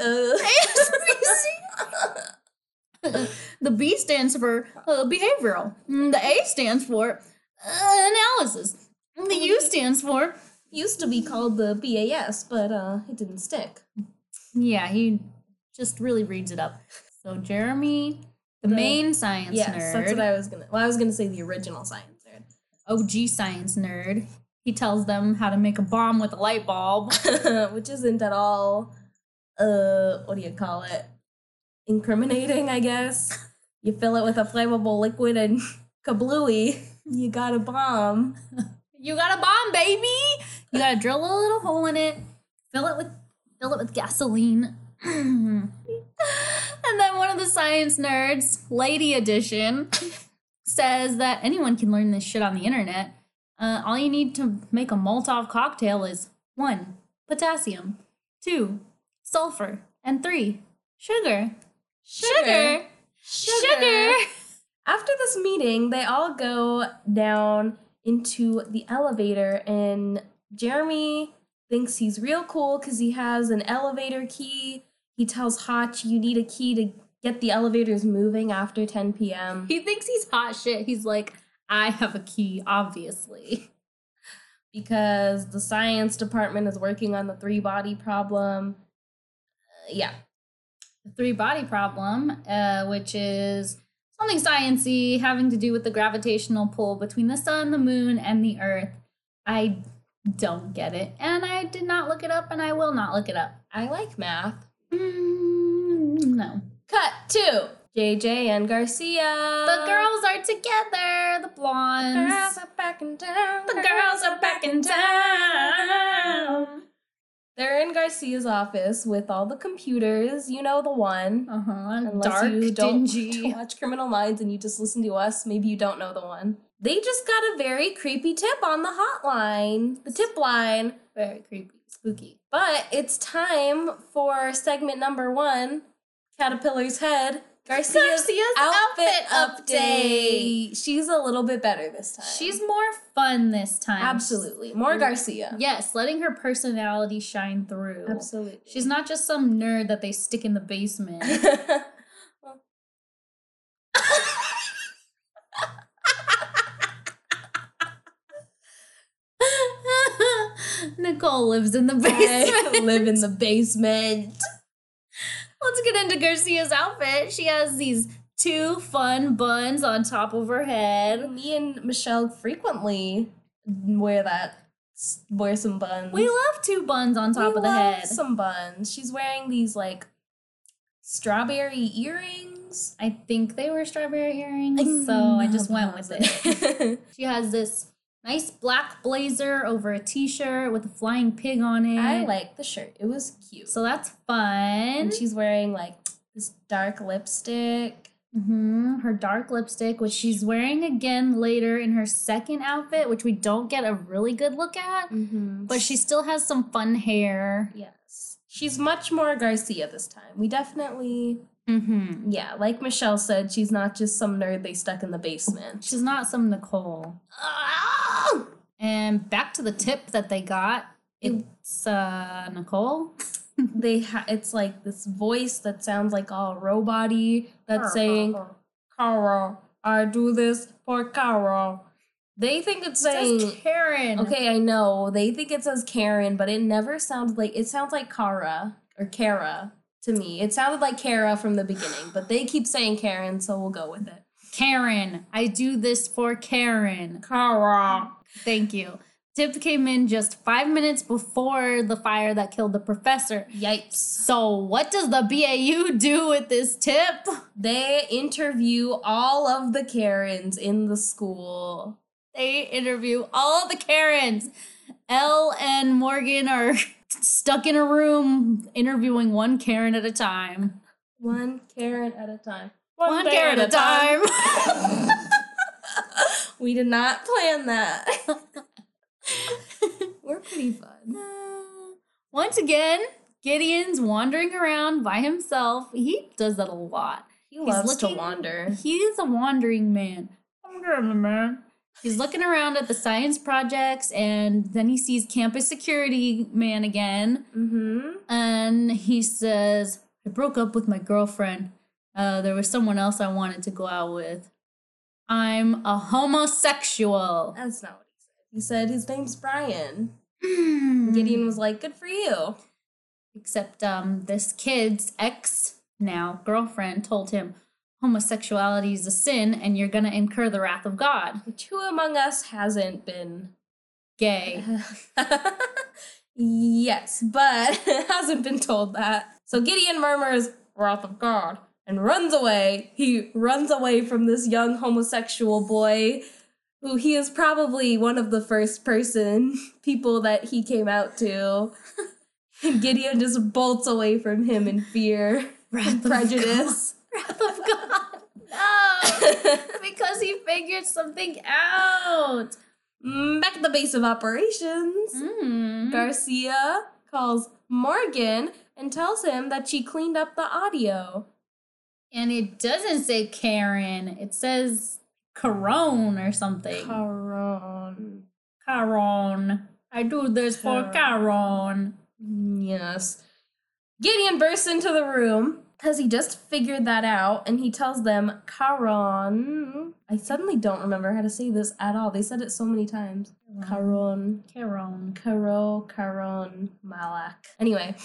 Speaker 2: Uh, <laughs>
Speaker 1: the B stands for uh, behavioral. Mm, The A stands for uh, analysis. The U stands for
Speaker 2: used to be called the BAS, but uh, it didn't stick.
Speaker 1: yeah. He just really reads it up. So Jeremy, the,
Speaker 2: The-
Speaker 1: main science
Speaker 2: yes,
Speaker 1: nerd,
Speaker 2: that's what I was gonna. Well, I was gonna say the original science nerd.
Speaker 1: OG science nerd, he tells them how to make a bomb with a light bulb. <laughs>
Speaker 2: <laughs> which isn't at all uh what do you call it incriminating i guess you fill it with a flammable liquid and <laughs> kablooey you got a bomb
Speaker 1: You got a bomb, baby. You gotta drill a little hole in it, fill it with fill it with gasoline. <laughs> and then one of the science nerds, lady edition, says that anyone can learn this shit on the internet. Uh, all you need to make a Molotov cocktail is one, potassium, two, sulfur, and three, sugar. Sugar. Sugar.
Speaker 2: after this meeting they all go down into the elevator and jeremy thinks he's real cool because he has an elevator key he tells hotch you need a key to get the elevators moving after 10 p.m
Speaker 1: He thinks he's hot shit. He's like, I have a key, obviously.
Speaker 2: because the science department is working on the three body problem. Uh, yeah,
Speaker 1: the three body problem, uh, which is something sciency having to do with the gravitational pull between the sun, the moon, and the earth. I don't get it, and I did not look it up, and I will not look it up.
Speaker 2: I like math.
Speaker 1: Mm, no,
Speaker 2: Cut to JJ and Garcia.
Speaker 1: the girls are together. The blondes.
Speaker 2: Girls are back in town.
Speaker 1: The girls are back in town.
Speaker 2: They're in Garcia's office with all the computers. You know the one.
Speaker 1: Uh huh.
Speaker 2: Unless
Speaker 1: Dark,
Speaker 2: you don't <laughs>
Speaker 1: dingy.
Speaker 2: watch Criminal Minds and you just listen to us, maybe you don't know the one. They just got a very creepy tip on the hotline, the tip line.
Speaker 1: <laughs> Very creepy, spooky.
Speaker 2: But it's time for segment number one Caterpillar's Head. Garcia's,
Speaker 1: Garcia's
Speaker 2: outfit,
Speaker 1: outfit
Speaker 2: update. She's a little bit better this time.
Speaker 1: She's more fun this time.
Speaker 2: absolutely more Garcia.
Speaker 1: Yes, letting her personality shine through.
Speaker 2: Absolutely. <laughs>
Speaker 1: She's not just some nerd that they stick in the basement. <laughs> Nicole lives in the <laughs>
Speaker 2: I
Speaker 1: basement.
Speaker 2: live in the basement.
Speaker 1: Let's get into Garcia's outfit. She has these two fun buns on top of her head.
Speaker 2: Me and Michelle frequently wear that. Wear some buns.
Speaker 1: We love two buns on top
Speaker 2: We
Speaker 1: of the
Speaker 2: love
Speaker 1: head.
Speaker 2: Some buns. She's wearing these like strawberry earrings. Mm,
Speaker 1: I think they were strawberry earrings, so I just went with it.
Speaker 2: <laughs> it.
Speaker 1: She has this nice black blazer over a t-shirt with a flying pig on it.
Speaker 2: I like the shirt. It was cute.
Speaker 1: so that's
Speaker 2: and
Speaker 1: fun.
Speaker 2: she's wearing like this dark lipstick.
Speaker 1: hmm Her dark lipstick, which she's wearing again later in her second outfit, which we don't get a really good look at,
Speaker 2: Mm-hmm.
Speaker 1: but she still has some fun hair.
Speaker 2: yes, she's much more Garcia this time. We definitely,
Speaker 1: Mm-hmm.
Speaker 2: yeah, like Michelle said, she's not just some nerd they stuck in the basement.
Speaker 1: She's not some Nicole.
Speaker 2: Ah!
Speaker 1: And back to the tip that they got. It's uh Nicole.
Speaker 2: they ha- it's like this voice that sounds like all robot-y that's <laughs> saying Carol, I do this for Carol. They think it's saying
Speaker 1: says Karen.
Speaker 2: Okay, I know. They think it says Karen, but it never sounds like it sounds like Kara or Kara to me. It sounded like Kara from the beginning, but they keep saying Karen, so we'll go with it.
Speaker 1: Karen. I do this for Karen.
Speaker 2: Kara.
Speaker 1: Thank you. Tip came in just five minutes before the fire that killed the professor.
Speaker 2: Yipes.
Speaker 1: So, what does the BAU do with this tip?
Speaker 2: They interview all of the Karens in the school.
Speaker 1: They interview all the Karens. Elle and Morgan are stuck in a room interviewing one Karen at a time.
Speaker 2: One carrot at a time.
Speaker 1: One carrot at a time.
Speaker 2: we did not plan that. <laughs> We're pretty fun.
Speaker 1: <laughs> Uh, Once again, Gideon's wandering around by himself. He does that a lot.
Speaker 2: He
Speaker 1: He's
Speaker 2: loves
Speaker 1: looking-
Speaker 2: to wander.
Speaker 1: He is a wandering man. I'm getting a man. He's looking around at the science projects and then he sees campus security man again.
Speaker 2: Mm-hmm.
Speaker 1: And he says, I broke up with my girlfriend. Uh, there was someone else I wanted to go out with. I'm a homosexual.
Speaker 2: That's not what he said. He said his name's Brian.
Speaker 1: Gideon
Speaker 2: Gideon was like, "Good for you."
Speaker 1: except um this kid's ex now girlfriend told him homosexuality is a sin and you're gonna incur the wrath of god
Speaker 2: Which who among us hasn't been?
Speaker 1: gay
Speaker 2: <laughs> yes, but <laughs> hasn't been told that. So Gideon murmurs, "Wrath of God," and runs away. He runs away from this young homosexual boy, who he is probably one of the first person <laughs> people that he came out to. And Gideon just bolts away from him in fear and
Speaker 1: wrath
Speaker 2: prejudice.
Speaker 1: of god, wrath of god. no Oh, because he figured something out
Speaker 2: Mm, Back at the base of operations,
Speaker 1: Mm.
Speaker 2: Hmm. Garcia calls Morgan and tells him that she cleaned up the audio.
Speaker 1: and it doesn't say karen it says Caron or something
Speaker 2: Caron.
Speaker 1: Caron. i do this for Caron.
Speaker 2: Yes. Gideon bursts into the room because he just figured that out and he tells them, Caron. I suddenly don't remember how to say this at all. They said it so many times. Caron.
Speaker 1: Caron.
Speaker 2: Caro, Caron, Malak. Anyway,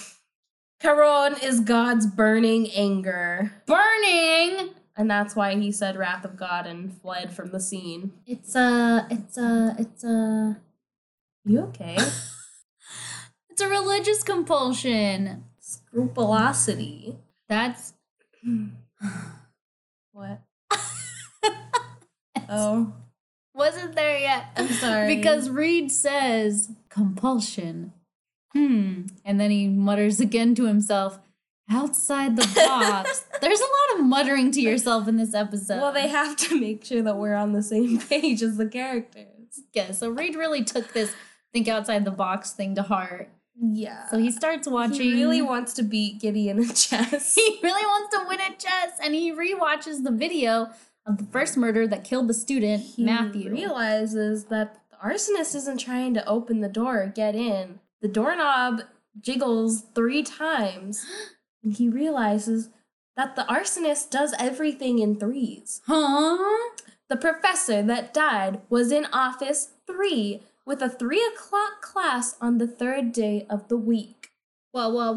Speaker 2: Caron is God's burning anger.
Speaker 1: burning
Speaker 2: And that's why he said wrath of God and fled from the scene.
Speaker 1: It's a, it's a, it's a,
Speaker 2: You okay?
Speaker 1: it's a religious compulsion.
Speaker 2: Scrupulosity.
Speaker 1: That's
Speaker 2: <laughs> What? oh,
Speaker 1: wasn't there yet <laughs>
Speaker 2: I'm sorry.
Speaker 1: because Reed says compulsion. Hmm, and then he mutters again to himself, outside the <laughs> box. There's a lot of muttering to yourself in this episode.
Speaker 2: well, they have to make sure that we're on the same page as the characters.
Speaker 1: yeah. So Reed really took this think outside the box thing to heart.
Speaker 2: Yeah.
Speaker 1: So he starts watching.
Speaker 2: he really wants to beat Gideon <laughs> in
Speaker 1: <laughs>
Speaker 2: chess.
Speaker 1: he really wants to win at chess and he rewatches the video of the first murder that killed the student
Speaker 2: He
Speaker 1: matthew
Speaker 2: realizes that the arsonist isn't trying to open the door or get in. The doorknob jiggles three <gasps> times, and he realizes that the arsonist does everything in threes.
Speaker 1: huh
Speaker 2: The professor that died was in office three with a three o'clock class on the third day of the week.
Speaker 1: whoa whoa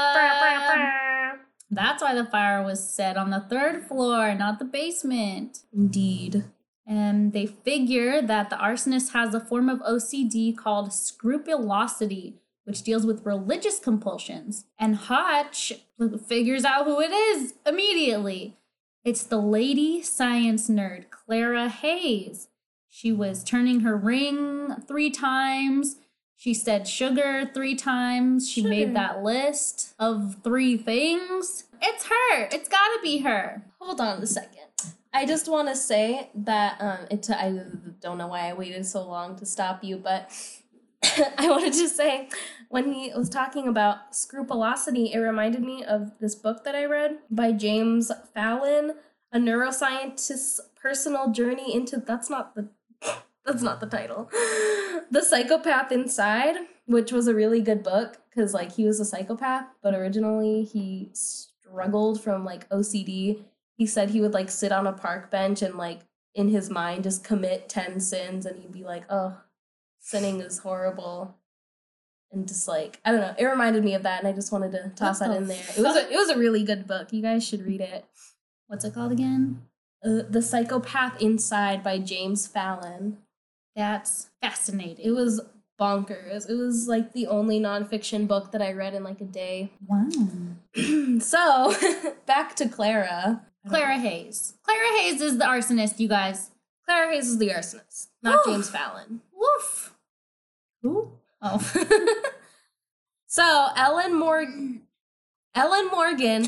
Speaker 1: whoa that's why the fire was set on the third floor not the basement
Speaker 2: Indeed.
Speaker 1: and they figure that the arsonist has a form of ocd called scrupulosity which deals with religious compulsions and hotch figures out who it is immediately It's the lady science nerd, Clara Hayes. She was turning her ring three times. She said sugar three times. She
Speaker 2: Sugar.
Speaker 1: made that list of three things. It's her. It's gotta be her.
Speaker 2: Hold on a second. I just want to say that um, it. T- I don't know why I waited so long to stop you, but <coughs> I wanted to say when he was talking about scrupulosity, it reminded me of this book that I read by James Fallon, a neuroscientist's personal journey into. That's not the. That's not the title. The Psychopath Inside, which was a really good book because, like, he was a psychopath, but originally he struggled from, like, OCD he said he would like sit on a park bench and like in his mind just commit 10 sins and he'd be like oh sinning is horrible and just like i don't know it reminded me of that and i just wanted to toss
Speaker 1: What
Speaker 2: that
Speaker 1: the
Speaker 2: in there it was a, it was a really good book you guys should read it
Speaker 1: What's it called again?
Speaker 2: uh, the psychopath inside by james fallon
Speaker 1: That's fascinating.
Speaker 2: it was bonkers it was like the only nonfiction book that i read in like a day <clears throat>
Speaker 1: Wow.
Speaker 2: so <laughs> back to clara
Speaker 1: Clara Hayes. Clara Hayes is the arsonist, you guys.
Speaker 2: clara hayes is the arsonist not
Speaker 1: Oh.
Speaker 2: james fallon
Speaker 1: Woof. Who? Oh. <laughs>
Speaker 2: <laughs> so Ellen Morgan, <laughs> Ellen Morgan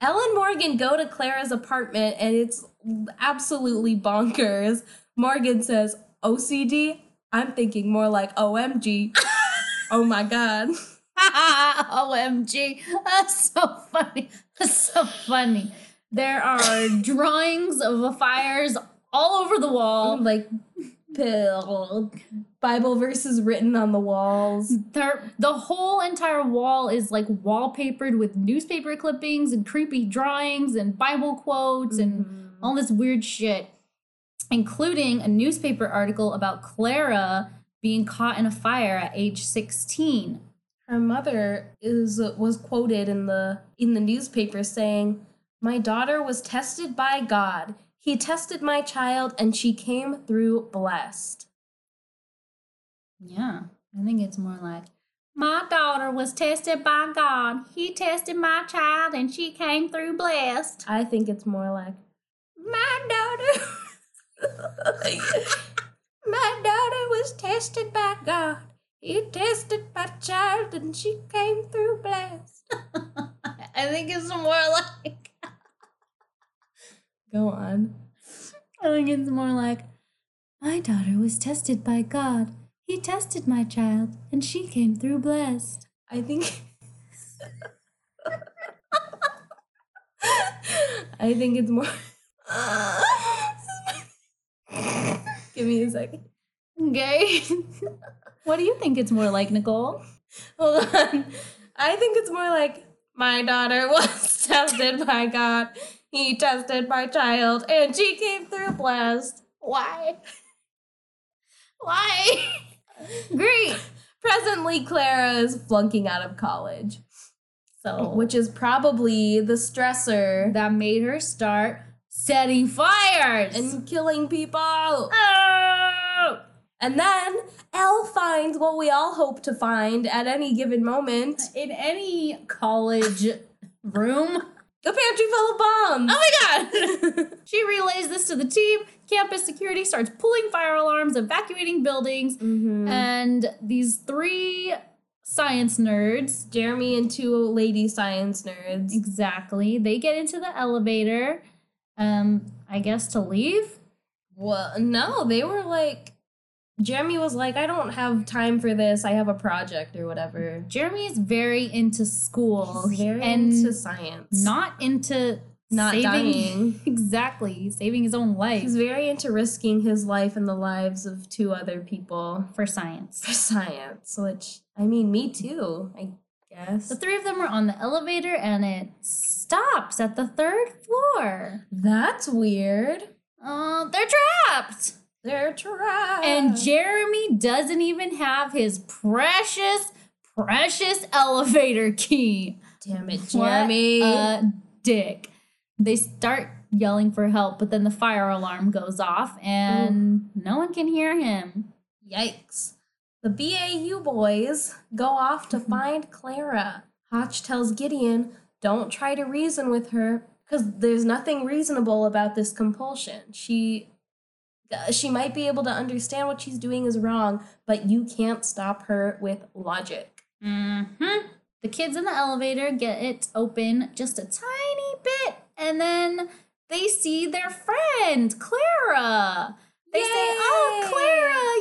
Speaker 2: Elle and Morgan go to Clara's apartment and it's absolutely bonkers. Morgan says, OCD? I'm thinking more like OMG. oh my God.
Speaker 1: OMG. That's so funny. That's so funny. There are drawings of fires all over the wall.
Speaker 2: Like, pill. <laughs> Bible verses written on the walls.
Speaker 1: There, the whole entire wall is like wallpapered with newspaper clippings and creepy drawings and Bible quotes
Speaker 2: Mm-hmm.
Speaker 1: and all this weird shit, including a newspaper article about Clara being caught in a fire at age 16.
Speaker 2: her mother is was quoted in the in the newspaper saying my daughter was tested by god he tested my child and she came through blessed
Speaker 1: Yeah, I think it's more like my daughter was tested by God. He tested my child and she came through blessed.
Speaker 2: i think it's more like <laughs>
Speaker 1: My daughter <laughs>
Speaker 2: my daughter was tested by god he tested my child and she came through blessed
Speaker 1: I think it's more like
Speaker 2: go on
Speaker 1: <laughs> I think it's more like my daughter was tested by God. He tested my child and she came through blessed.
Speaker 2: i think <laughs> i think it's more <laughs> Give me a second.
Speaker 1: Okay. <laughs> what do you think it's more like, Nicole?
Speaker 2: Hold on. I think it's more like my daughter <laughs> was tested by God. He tested my child, and she came through blessed.
Speaker 1: Why? <laughs> Why? <laughs> Great.
Speaker 2: Presently, Clara is flunking out of college,
Speaker 1: So
Speaker 2: which is probably the stressor
Speaker 1: that made her start setting fires.
Speaker 2: and killing people.
Speaker 1: oh!
Speaker 2: And then Elle finds what we all hope to find at any given moment:
Speaker 1: In any college room. <laughs>
Speaker 2: a pantry full of bombs.
Speaker 1: Oh my god! <laughs> she relays this to the team. Campus security starts pulling fire alarms, evacuating buildings,
Speaker 2: Mhm.
Speaker 1: and these three science nerds
Speaker 2: Jeremy and two lady science nerds.
Speaker 1: exactly they get into the elevator um i guess to leave
Speaker 2: Well, no, they were like, Jeremy was like, I don't have time for this. I have a project or whatever.
Speaker 1: jeremy is very into school
Speaker 2: He's very
Speaker 1: and
Speaker 2: into science,
Speaker 1: not into
Speaker 2: not
Speaker 1: saving
Speaker 2: dying.
Speaker 1: <laughs> Exactly. He's saving his own life
Speaker 2: He's very into risking his life and the lives of two other people
Speaker 1: for
Speaker 2: for
Speaker 1: science.
Speaker 2: science. Which I mean, me too. I guess
Speaker 1: The three of them are on the elevator and it stops at the third floor.
Speaker 2: that's weird.
Speaker 1: Uh, they're trapped.
Speaker 2: They're trapped.
Speaker 1: And Jeremy doesn't even have his precious, precious elevator key.
Speaker 2: damn it,
Speaker 1: What
Speaker 2: Jeremy.
Speaker 1: a dick. They start yelling for help, but then the fire alarm goes off and no one can hear him.
Speaker 2: Yikes. The BAU boys go off <laughs> to find Clara. Hotch tells Gideon, don't try to reason with her because there's nothing reasonable about this compulsion. She uh, she might be able to understand what she's doing is wrong, but you can't stop her with logic.
Speaker 1: Mm-hmm. The kids in the elevator get it open just a tiny bit, and then they see their friend, Clara. They say,
Speaker 2: Yay!
Speaker 1: Oh, Clara,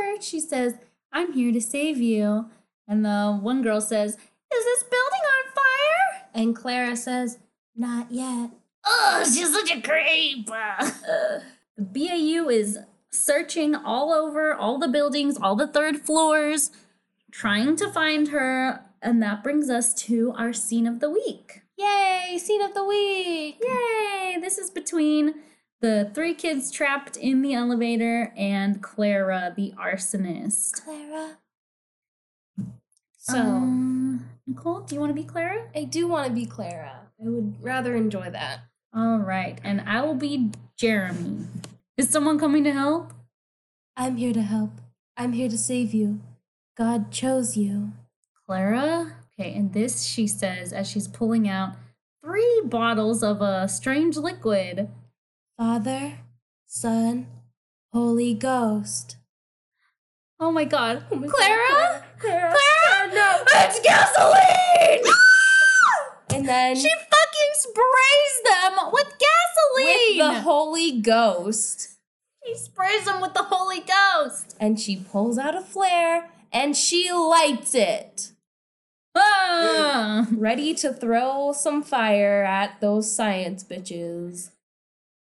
Speaker 1: you're here. She says, I'm here to save you. And the one girl says, Is this building on fire?
Speaker 2: And Clara says, not yet.
Speaker 1: Oh, she's such a creep. <laughs>
Speaker 2: Ugh.
Speaker 1: The BAU is searching all over all the buildings, all the third floors, trying to find her. And that brings us to our scene of the week.
Speaker 2: Yay, scene of the week.
Speaker 1: Yay! This is between the three kids trapped in the elevator and Clara, the arsonist.
Speaker 2: Clara. So.
Speaker 1: So,
Speaker 2: Uh-huh.
Speaker 1: Um, Nicole, do you want to be Clara?
Speaker 2: I do want to be Clara. I would rather enjoy that.
Speaker 1: All right, and I will be Jeremy. Is someone coming to help?
Speaker 2: I'm here to help. I'm here to save you. God chose you.
Speaker 1: Clara? Okay, and this she says as she's pulling out three bottles of a strange liquid.
Speaker 2: Father, Son, Holy Ghost.
Speaker 1: Oh my god.
Speaker 2: Oh my God,
Speaker 1: Clara?
Speaker 2: Clara, Clara. <laughs>
Speaker 1: Clara? No! It's gasoline!
Speaker 2: And then and
Speaker 1: She fucking sprays them with
Speaker 2: with
Speaker 1: gasoline.
Speaker 2: the Holy Ghost.
Speaker 1: she sprays them with the Holy Ghost.
Speaker 2: And she pulls out a flare and she lights it. <laughs>
Speaker 1: Ah.
Speaker 2: ready to throw some fire at those science bitches.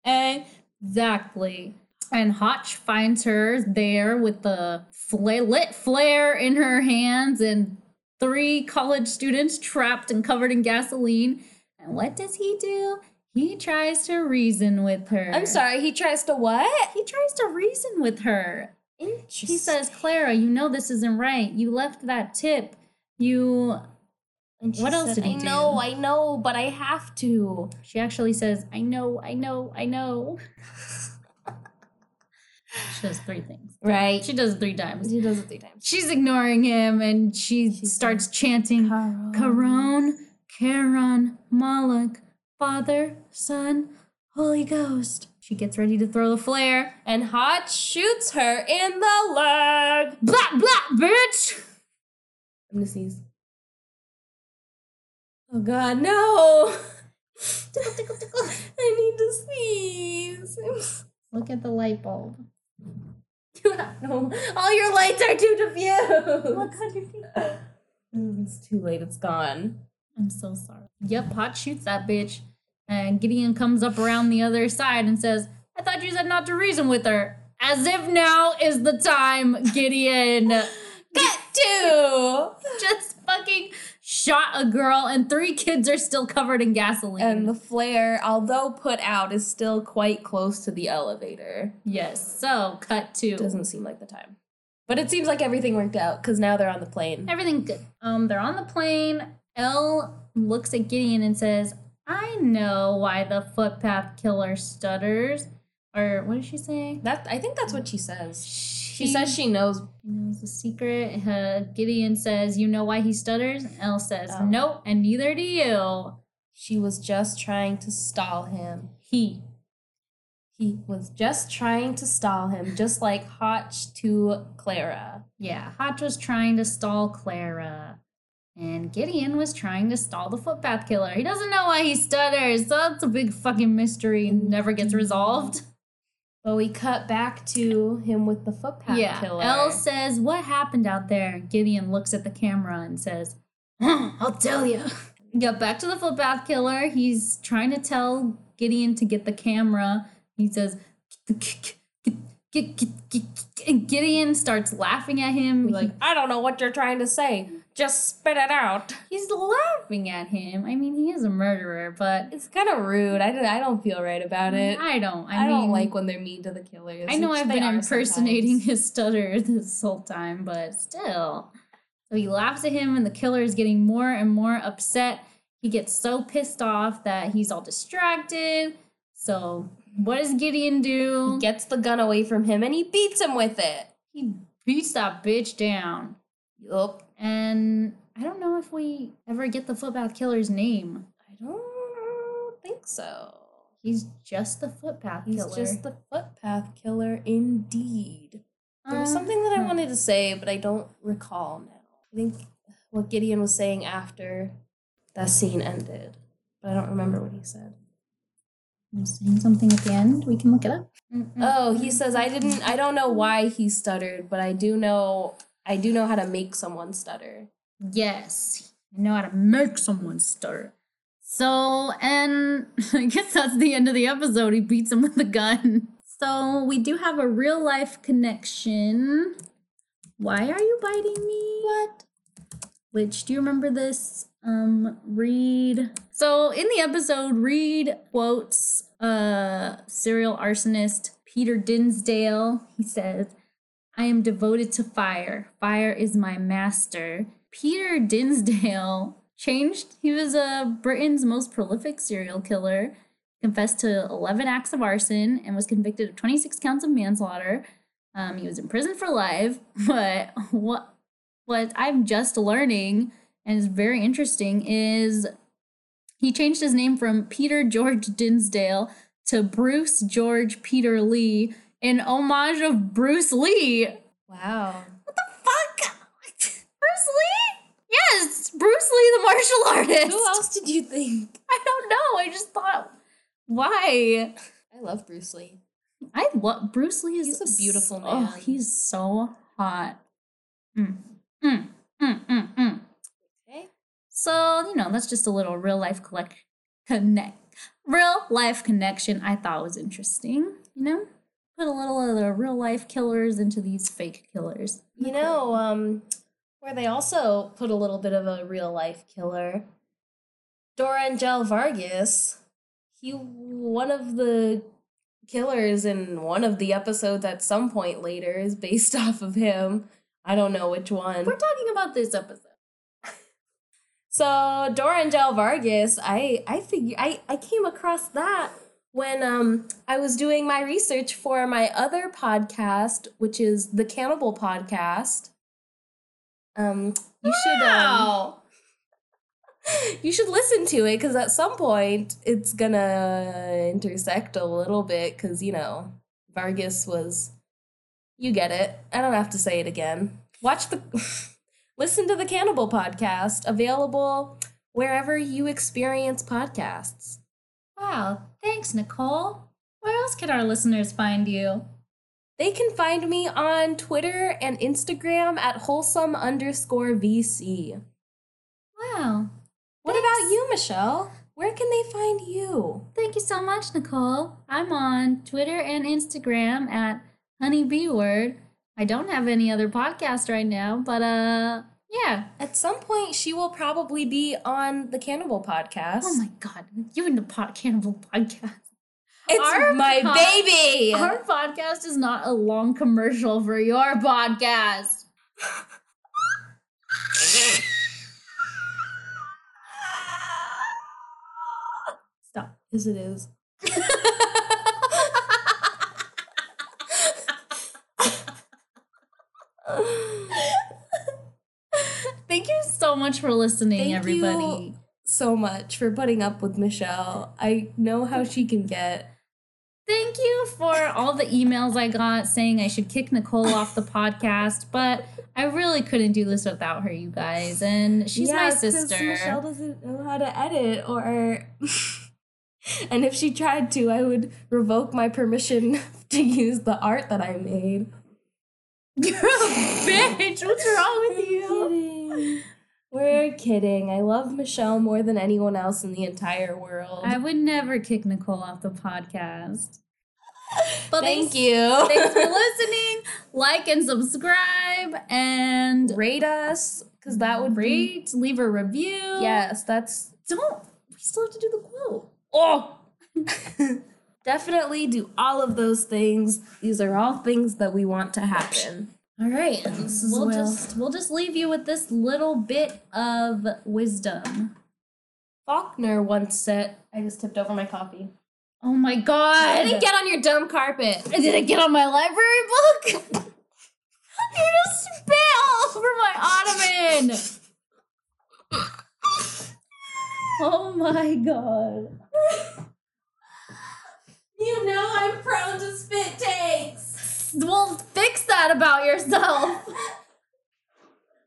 Speaker 1: Exactly. And Hotch finds her there with the fla- lit flare in her hands and three college students trapped and covered in gasoline. And what does he do? He tries to reason with her.
Speaker 2: I'm sorry, he tries to what?
Speaker 1: He tries to reason with her.
Speaker 2: Interesting.
Speaker 1: He says, Clara, you know this isn't right. You left that tip. You. "What else did
Speaker 2: I
Speaker 1: he do?"
Speaker 2: know, I know, but I have to.
Speaker 1: She actually says, I know, I know, I know. <laughs> she does three things.
Speaker 2: Right.
Speaker 1: She does it three times.
Speaker 2: He does it three times.
Speaker 1: she's ignoring him and she
Speaker 2: She's
Speaker 1: starts chanting Caron, Charon, Moloch, Father, Son, Holy Ghost. She gets ready to throw the flare.
Speaker 2: And Hot shoots her in the leg.
Speaker 1: Blah blah bitch!
Speaker 2: I'm gonna sneeze. Oh god, no! I need to <laughs> sneeze.
Speaker 1: Look at the light bulb.
Speaker 2: <laughs> You have no. All your lights are too diffused.
Speaker 1: Look underneath.
Speaker 2: Mm, It's too late. It's gone.
Speaker 1: I'm so sorry. Yep, Hot shoots that bitch. And Gideon comes up around the other side and says, I thought you said not to reason with her. As if now is the time, Gideon.
Speaker 2: Cut two.
Speaker 1: just fucking shot a girl and three kids are still covered in gasoline.
Speaker 2: And the flare, although put out, is still quite close to the elevator.
Speaker 1: yes, so cut to
Speaker 2: Doesn't seem like the time, but it seems like everything worked out because now they're on the plane.
Speaker 1: everything good. Um, they're on the plane. Elle looks at Gideon and says, "I know why the footpath killer stutters." Or what did she say?
Speaker 2: That I think that's what she says.
Speaker 1: She,
Speaker 2: She says she knows.
Speaker 1: knows the secret. Uh, Gideon says, "You know why he stutters?" Elle says,
Speaker 2: Oh.
Speaker 1: "Nope, and neither do you."
Speaker 2: She was just trying to stall him.
Speaker 1: He
Speaker 2: He was just trying to stall him, just like Hotch to Clara.
Speaker 1: Yeah, Hotch was trying to stall Clara. And Gideon was trying to stall the footpath killer. He doesn't know why he stutters, so that's a big fucking mystery and never
Speaker 2: Mm-hmm.
Speaker 1: gets resolved.
Speaker 2: But we cut back to him with the <laughs> footpath
Speaker 1: yeah.
Speaker 2: killer.
Speaker 1: Elle says, What happened out there? Gideon looks at the camera and says, "Huh, I'll tell <laughs> you. Yeah, back to the footpath killer. He's trying to tell Gideon to get the camera. He says, and Gideon starts laughing at him.
Speaker 2: He's
Speaker 1: He-
Speaker 2: like, I don't know what you're trying to say. Just spit it out.
Speaker 1: He's laughing at him. I mean, he is a murderer, but
Speaker 2: It's kind of rude. I don't, I don't feel right about it. I,
Speaker 1: I don't. Mm, I, mean,
Speaker 2: don't like when they're mean to the killers.
Speaker 1: I know
Speaker 2: which
Speaker 1: I've
Speaker 2: they
Speaker 1: been
Speaker 2: are
Speaker 1: impersonating
Speaker 2: sometimes.
Speaker 1: his stutter <laughs> this whole time, but still. So he laughs at him, and the killer is getting more and more upset. He gets so pissed off that he's all distracted. So, what does Gideon do?
Speaker 2: He gets the gun away from him and he beats him with it.
Speaker 1: he beats that bitch down.
Speaker 2: Yup.
Speaker 1: And I don't know if we ever get the footpath killer's name.
Speaker 2: I don't think so.
Speaker 1: He's just the footpath
Speaker 2: He's
Speaker 1: killer.
Speaker 2: just the footpath killer indeed. There was
Speaker 1: Um,
Speaker 2: something that I
Speaker 1: hmm.
Speaker 2: wanted to say, but I don't recall now. I think what Gideon was saying after that scene ended, but I don't remember what he said.
Speaker 1: I'm saying something at the end. We can look it up.
Speaker 2: Oh, he says I didn't I don't know why he stuttered, but I do know I do know how to make someone stutter.
Speaker 1: yes. I know how to make someone stutter. So, and <laughs> I guess that's the end of the episode. He beats him with a gun. So, we do have a real life connection. Why are you biting me? What? Which, do you remember this? Um, Reed. So, in the episode, Reed quotes uh, serial arsonist Peter Dinsdale. He says, I am devoted to fire. Fire is my master. Peter Dinsdale <laughs> changed. He was uh, Britain's most prolific serial killer, confessed to 11 acts of arson, and was convicted of 26 counts of manslaughter. Um, he was in prison for life, <laughs> but what what I'm just learning and is very interesting is he changed his name from Peter George Dinsdale to Bruce George Peter Lee in homage of Bruce Lee.
Speaker 2: Wow.
Speaker 1: Fuck! Bruce Lee? Yes, Bruce Lee the martial artist.
Speaker 2: Who else did you think?
Speaker 1: <laughs> I don't know. I just thought, why?
Speaker 2: I love Bruce Lee.
Speaker 1: I love Bruce Lee. Is
Speaker 2: He's a beautiful
Speaker 1: so- Oh,
Speaker 2: man.
Speaker 1: he's so hot. Mm, mm, mm, mm, mm.
Speaker 2: Okay.
Speaker 1: So you know, that's just a little real life collect connect real life connection. I thought was interesting. You know, put a little of the real life killers into these fake killers.
Speaker 2: You know, um, where they also put a little bit of a real life killer, Dora Angel Vargas. He one of the killers in one of the episodes at some point later is based <laughs> off of him. I don't know which one.
Speaker 1: We're talking about this episode.
Speaker 2: So Dora Angel Vargas, I I figure I I came across that when um I was doing my research for my other podcast, which is the Cannibal Podcast. Um, you should um, you should listen to it because at some point it's gonna intersect a little bit because you know Vargas was, you get it. I don't have to say it again. Watch the, <laughs> listen to the Cannibal podcast available wherever you experience podcasts.
Speaker 1: Wow. Thanks, Nicole. Where else can our listeners find you?
Speaker 2: They can find me on Twitter and Instagram at wholesome underscore VC.
Speaker 1: Wow.
Speaker 2: What about you, Michelle? Where can they find you?
Speaker 1: Thank you so much, Nicole. I'm on Twitter and Instagram at honeybeeword. I don't have any other podcast right now, but uh yeah.
Speaker 2: At some point, she will probably be on the Cannibal podcast.
Speaker 1: Oh my god, you and the pot cannibal podcast.
Speaker 2: it's
Speaker 1: Our
Speaker 2: my
Speaker 1: pod-
Speaker 2: baby.
Speaker 1: Our podcast is not a long commercial for your podcast.
Speaker 2: Stop. Yes, it is.
Speaker 1: Thank you so much for listening,
Speaker 2: Thank you.
Speaker 1: everybody.
Speaker 2: so much for putting up with Michelle. I know how she can get.
Speaker 1: Thank you for all the emails I got saying I should kick Nicole off the podcast, but I really couldn't do this without her, you guys. And she's
Speaker 2: Yeah,
Speaker 1: my
Speaker 2: 'cause Michelle
Speaker 1: <laughs> sister.
Speaker 2: doesn't know how to edit, or <laughs> and if she tried to, I would revoke my permission <laughs> to use the art that I made.
Speaker 1: You're a bitch. What's wrong with you?
Speaker 2: Kidding. We're kidding. I love Michelle more than anyone else in the entire world.
Speaker 1: I would never kick Nicole off the podcast. But
Speaker 2: Thank
Speaker 1: thanks,
Speaker 2: you.
Speaker 1: thanks
Speaker 2: <laughs>
Speaker 1: for listening. Like and subscribe and
Speaker 2: Rate <gasps> us, because that would be
Speaker 1: rate, leave a review.
Speaker 2: yes. That's
Speaker 1: Don't. We still have to do the quote.
Speaker 2: oh. <laughs> Definitely do all of those things. These are all things that we want to happen.
Speaker 1: All right, we'll
Speaker 2: Will.
Speaker 1: just we'll just leave you with this little bit of wisdom.
Speaker 2: Faulkner once said, "I just tipped over my coffee."
Speaker 1: Oh my god!
Speaker 2: <laughs> I didn't get on your dumb carpet.
Speaker 1: Did it get on my library book? <laughs> you just spit all over my ottoman. oh my god!
Speaker 2: You know I'm prone to spit takes.
Speaker 1: Well, fix that about yourself.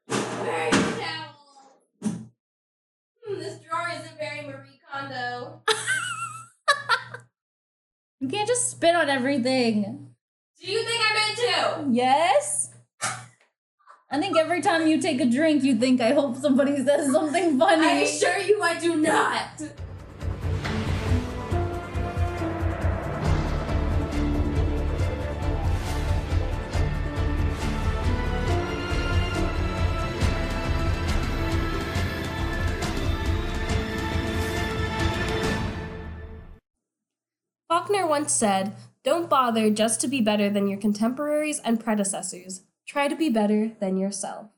Speaker 2: Where are your towels? Hmm, this drawer isn't very Marie Kondo.
Speaker 1: You can't just spit on everything.
Speaker 2: Do you think I meant to?
Speaker 1: Yes. I think every time you take a drink, you think, "I hope somebody says something funny."
Speaker 2: I assure you, I do not. Faulkner once said, Don't bother just to be better than your contemporaries and predecessors. Try to be better than yourself.